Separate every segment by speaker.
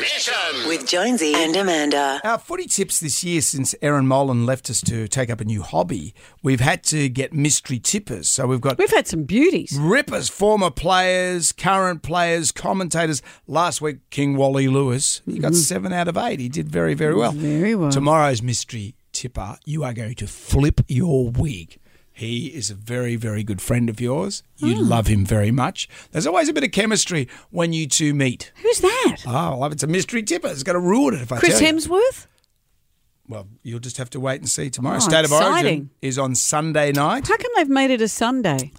Speaker 1: Mission.
Speaker 2: with Jonesy and Amanda.
Speaker 3: Our footy tips this year, since Erin Molan left us to take up a new hobby, we've had to get mystery tippers. So we've got
Speaker 4: We've had some beauties.
Speaker 3: rippers, former players, current players, commentators. Last week, King Wally Lewis, he got seven out of eight. He did very, very well.
Speaker 4: Mm-hmm. Very well.
Speaker 3: Tomorrow's mystery tipper, you are going to flip your wig. He is a very, very good friend of yours.
Speaker 4: Ah.
Speaker 3: You love him very much. There's always a bit of chemistry when you two meet.
Speaker 4: Who's that?
Speaker 3: Oh, I love it. It's a mystery tipper. It's going to ruin it if I
Speaker 4: Chris
Speaker 3: tell you.
Speaker 4: Hemsworth?
Speaker 3: Well, you'll just have to wait and see tomorrow.
Speaker 4: Oh,
Speaker 3: State of Origin
Speaker 4: exciting.
Speaker 3: is on Sunday night.
Speaker 4: How come they've made it a Sunday?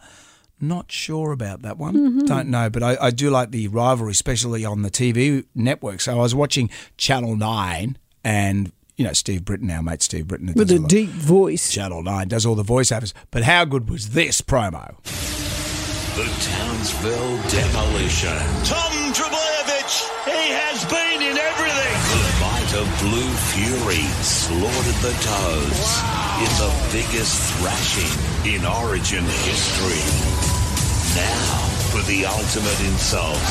Speaker 3: Not sure about that one.
Speaker 4: Mm-hmm.
Speaker 3: Don't know, but I, I do like the rivalry, especially on the TV network. So I was watching Channel 9 and, you know, Steve Britton, our mate Steve Britton. who does all the-
Speaker 4: voice.
Speaker 3: Channel 9 does all the voiceovers. But how good was this promo?
Speaker 1: The Townsville demolition. Tom Trebojevic, he has been in everything. The bite of Blue Fury slaughtered the toes in the biggest thrashing in Origin history. Now for the ultimate insult.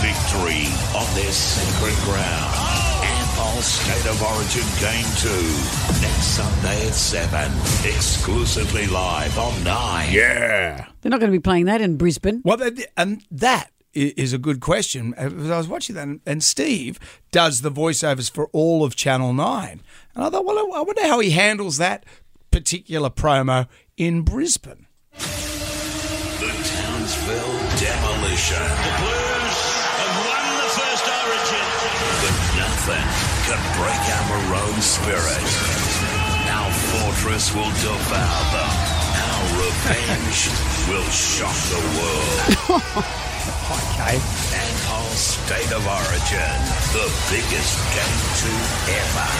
Speaker 1: Victory on their sacred ground. Ample State of Origin Game 2. Next Sunday at 7. Exclusively live on 9.
Speaker 3: Yeah.
Speaker 4: They're not going to be playing that in Brisbane.
Speaker 3: Well, that, and that i- is a good question. I was I was watching that, and- and Steve does the voiceovers for all of Channel 9. And I thought, well, I- I wonder how he handles that particular promo in Brisbane.
Speaker 1: The Townsville demolition. The Blues have won the first origin. But nothing can break our maroon spirit. Our fortress will devour them. Our revenge will shock the world.
Speaker 3: Okay.
Speaker 1: And our state of origin, the biggest game to ever.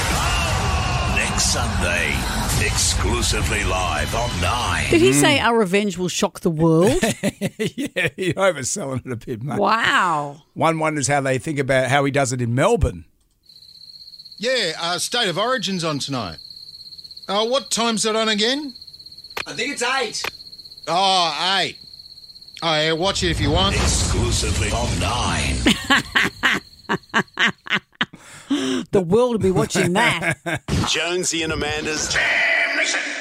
Speaker 1: Next Sunday, exclusively live on 9.
Speaker 4: Did he
Speaker 3: Mm-hmm.
Speaker 4: say our revenge will shock the world?
Speaker 3: yeah, you're overselling it a bit, mate.
Speaker 4: wow.
Speaker 3: One wonders how they think about how he does it in Melbourne.
Speaker 5: Yeah, uh, State of Origin's on tonight. Uh, what time's it on again?
Speaker 3: I think it's eight.
Speaker 5: Oh, eight. Oh, yeah, watch it if you want.
Speaker 1: Exclusively on 9.
Speaker 4: The world will be watching that.
Speaker 6: Jonesy and Amanda's Damn Mission.